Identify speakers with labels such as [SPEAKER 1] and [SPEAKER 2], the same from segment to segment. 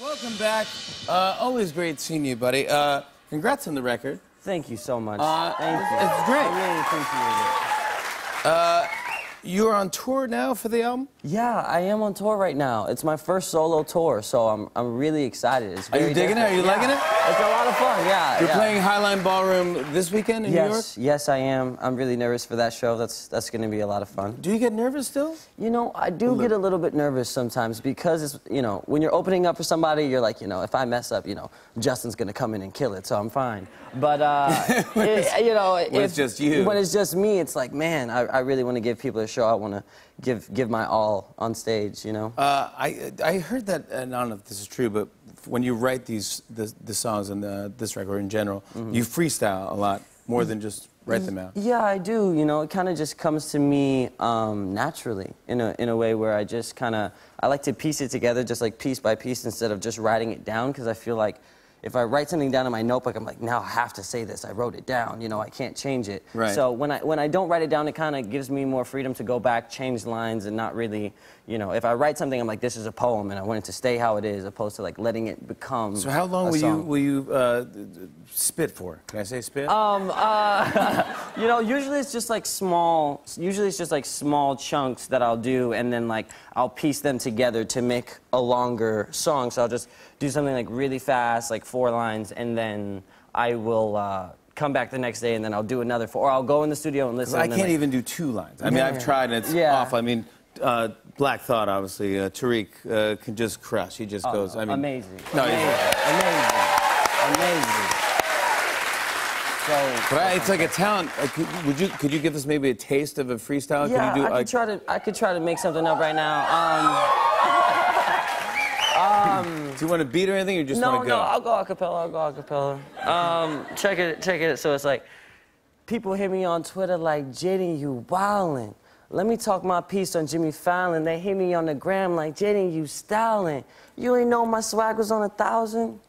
[SPEAKER 1] Welcome back. Uh, always great seeing you, buddy. Uh, congrats on the record.
[SPEAKER 2] Thank you so much.
[SPEAKER 1] Uh,
[SPEAKER 2] thank you.
[SPEAKER 1] it's great.
[SPEAKER 2] I really appreciate
[SPEAKER 1] You're on tour now for the album.
[SPEAKER 2] it. Yeah, I am on tour right now. It's my first solo tour, so I'm, I'm really excited. It's
[SPEAKER 1] Are you
[SPEAKER 2] very
[SPEAKER 1] digging it? Are you
[SPEAKER 2] different.
[SPEAKER 1] liking it?
[SPEAKER 2] Yeah, It's a lot of fun, yeah.
[SPEAKER 1] You're
[SPEAKER 2] yeah.
[SPEAKER 1] playing Highline Ballroom this weekend in New York.
[SPEAKER 2] Yes, yes, I am. I'm really nervous for that show. That's that's going to be a lot of fun.
[SPEAKER 1] Do you get nervous still?
[SPEAKER 2] You know, I do get a little bit nervous sometimes because it's you know when you're opening up for somebody, you're like, you know, if I mess up, you know, Justin's going to come in and kill it, so I'm fine. But uh, it- you know,
[SPEAKER 1] when it's just you.
[SPEAKER 2] when it's just me, it's like, man, I, I really want to give people a show. I want to give give my all on stage. You know.
[SPEAKER 1] Uh, I I heard that, and I don't know if this is true, but when you write these the, the songs and the, this record in general,
[SPEAKER 2] Mm-hmm.
[SPEAKER 1] you freestyle a lot more than just write them out.
[SPEAKER 2] Yeah, I do. You know, it kind of just comes to me um, naturally in a, in a way where I just kind of I like to piece it together just like piece by piece instead of just writing it down because I feel like if I write something down in my notebook, I'm like, now I have to say this. I wrote it down. You know, I can't change it.
[SPEAKER 1] Right.
[SPEAKER 2] So when I when I don't write it down, it kind of gives me more freedom to go back, change lines, and not really, you know, if I write something, I'm like, this is a poem, and I want it to stay how it is, opposed to like letting it become.
[SPEAKER 1] So how long
[SPEAKER 2] a
[SPEAKER 1] will you
[SPEAKER 2] song.
[SPEAKER 1] will you uh, spit for? Can I say spit?
[SPEAKER 2] Um, uh, you know, usually it's just like small. Usually it's just like small chunks that I'll do, and then like I'll piece them together to make a longer song. So I'll just do something like really fast, like four lines, and then I will uh, come back the next day, and then I'll do another four. Or I'll go in the studio and listen.
[SPEAKER 1] I
[SPEAKER 2] and then,
[SPEAKER 1] can't
[SPEAKER 2] like-
[SPEAKER 1] even do two lines. I mean, I've
[SPEAKER 2] Yeah.
[SPEAKER 1] tried and it's
[SPEAKER 2] Yeah.
[SPEAKER 1] awful. I mean, uh, Black Thought, obviously, uh, Tariq uh, can just crush. He just goes. I mean,
[SPEAKER 2] Oh, amazing.
[SPEAKER 1] No, he-
[SPEAKER 2] amazing. amazing. Amazing. So.
[SPEAKER 1] But I, it's like a talent. Uh, could, would you could you give us maybe a taste of a freestyle?
[SPEAKER 2] Yeah,
[SPEAKER 1] could you do
[SPEAKER 2] I
[SPEAKER 1] a-
[SPEAKER 2] could try to. I could try to make something up right now. Um,
[SPEAKER 1] do you want to beat or anything? Or you just
[SPEAKER 2] No,
[SPEAKER 1] want to go?
[SPEAKER 2] no, I'll go acapella. I'll go acapella. Um, check it, check it. So it's like, people hit me on Twitter like, Jaden, you wildin'. Let me talk my piece on Jimmy Fallon. They hit me on the gram like, Jaden, you stylin'. You ain't know my swag was on a thousand.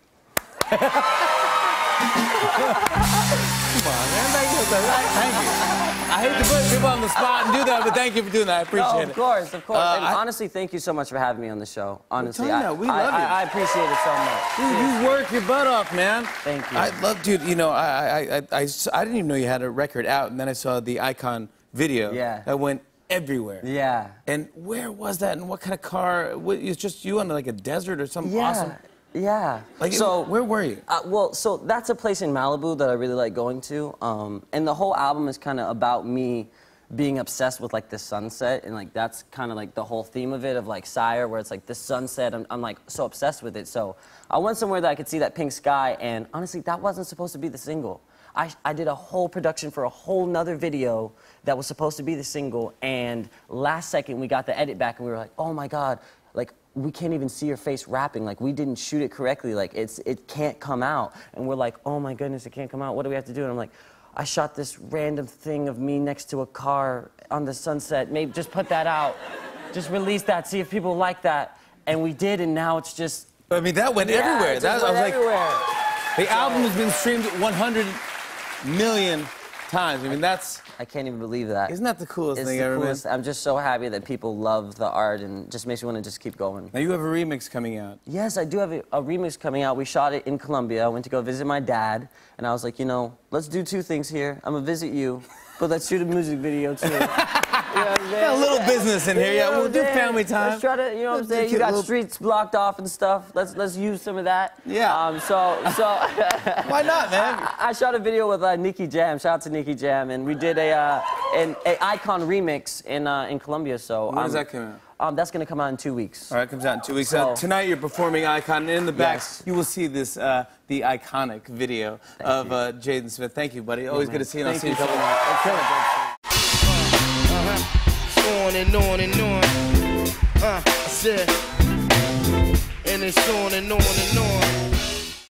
[SPEAKER 1] Thank you. I hate to put people on the spot and do that, but thank you for doing that. I appreciate
[SPEAKER 2] No,
[SPEAKER 1] it.
[SPEAKER 2] of course, of course.
[SPEAKER 1] Uh,
[SPEAKER 2] and
[SPEAKER 1] I-
[SPEAKER 2] honestly, thank you so much for having me on the show. Honestly,
[SPEAKER 1] telling
[SPEAKER 2] I,
[SPEAKER 1] you, we
[SPEAKER 2] I-
[SPEAKER 1] love
[SPEAKER 2] I-
[SPEAKER 1] you.
[SPEAKER 2] I appreciate it so much.
[SPEAKER 1] Dude, you work your butt off, man.
[SPEAKER 2] Thank you.
[SPEAKER 1] I love, dude. You know, I, I, I, I s- I didn't even know you had a record out, and then I saw the Icon video.
[SPEAKER 2] Yeah.
[SPEAKER 1] That went everywhere.
[SPEAKER 2] Yeah.
[SPEAKER 1] And where was that? And what kind of car? What, it's just you on like a desert or something
[SPEAKER 2] Yeah.
[SPEAKER 1] awesome.
[SPEAKER 2] Yeah.
[SPEAKER 1] Like,
[SPEAKER 2] so
[SPEAKER 1] where were you?
[SPEAKER 2] Uh, well, so that's a place in Malibu that I really like going to, um, and the whole album is kind of about me being obsessed with like the sunset, and like that's kind of like the whole theme of it of like Sire, where it's like the sunset. I'm, I'm like so obsessed with it. So I went somewhere that I could see that pink sky, and honestly, that wasn't supposed to be the single. I, I did a whole production for a whole nother video that was supposed to be the single, and last second we got the edit back, and we were like, oh my god, like we can't even see your face rapping. Like we didn't shoot it correctly. Like it's it can't come out. And we're like, oh my goodness, it can't come out. What do we have to do? And I'm like, I shot this random thing of me next to a car on the sunset. Maybe just put that out. Just release that. See if people like that. And we did. And now it's just
[SPEAKER 1] I mean, that went
[SPEAKER 2] Yeah,
[SPEAKER 1] everywhere.
[SPEAKER 2] it just
[SPEAKER 1] that, I
[SPEAKER 2] went
[SPEAKER 1] was like,
[SPEAKER 2] everywhere.
[SPEAKER 1] the album has been streamed 100 million times. I mean, that's
[SPEAKER 2] I can't even believe that.
[SPEAKER 1] isn't that the coolest
[SPEAKER 2] It's
[SPEAKER 1] thing
[SPEAKER 2] the
[SPEAKER 1] ever? man?
[SPEAKER 2] coolest. I'm just so happy that people love the art and just makes me want to just keep going.
[SPEAKER 1] Now you have a remix coming out.
[SPEAKER 2] Yes, I do have a, a remix coming out. We shot it in Colombia. I went to go visit my dad, and I was like, you know, let's do two things here. I'm gonna visit you, but let's shoot a music video too. You know what I'm
[SPEAKER 1] Got
[SPEAKER 2] saying?
[SPEAKER 1] a little business in here.
[SPEAKER 2] You know
[SPEAKER 1] Yeah,
[SPEAKER 2] what
[SPEAKER 1] we'll
[SPEAKER 2] I'm
[SPEAKER 1] do
[SPEAKER 2] saying?
[SPEAKER 1] family time.
[SPEAKER 2] Let's try to, you know what I'm
[SPEAKER 1] Let's do
[SPEAKER 2] saying? You
[SPEAKER 1] cute
[SPEAKER 2] got
[SPEAKER 1] little-
[SPEAKER 2] streets blocked off and stuff. Let's let's use some of that.
[SPEAKER 1] Yeah.
[SPEAKER 2] Um, so so.
[SPEAKER 1] Why not, man?
[SPEAKER 2] I, I shot a video with uh, Nikki Jam. Shout out to Nikki Jam, and we did a uh, an a icon remix in uh, in Colombia. So
[SPEAKER 1] When does that come out?
[SPEAKER 2] Um, that's gonna come out in two weeks.
[SPEAKER 1] All right, comes out in two weeks.
[SPEAKER 2] So-
[SPEAKER 1] Uh, tonight you're performing Icon, and in the back
[SPEAKER 2] Yes.
[SPEAKER 1] you will see this uh, the iconic video of uh, Jaden Smith. Thank you, buddy. Always good to see you. and I'll
[SPEAKER 2] Thank
[SPEAKER 1] see you in a
[SPEAKER 2] you
[SPEAKER 1] couple
[SPEAKER 2] so
[SPEAKER 1] more.
[SPEAKER 3] Uh-huh. on and on and on. Uh, I said, and it's on and on and on.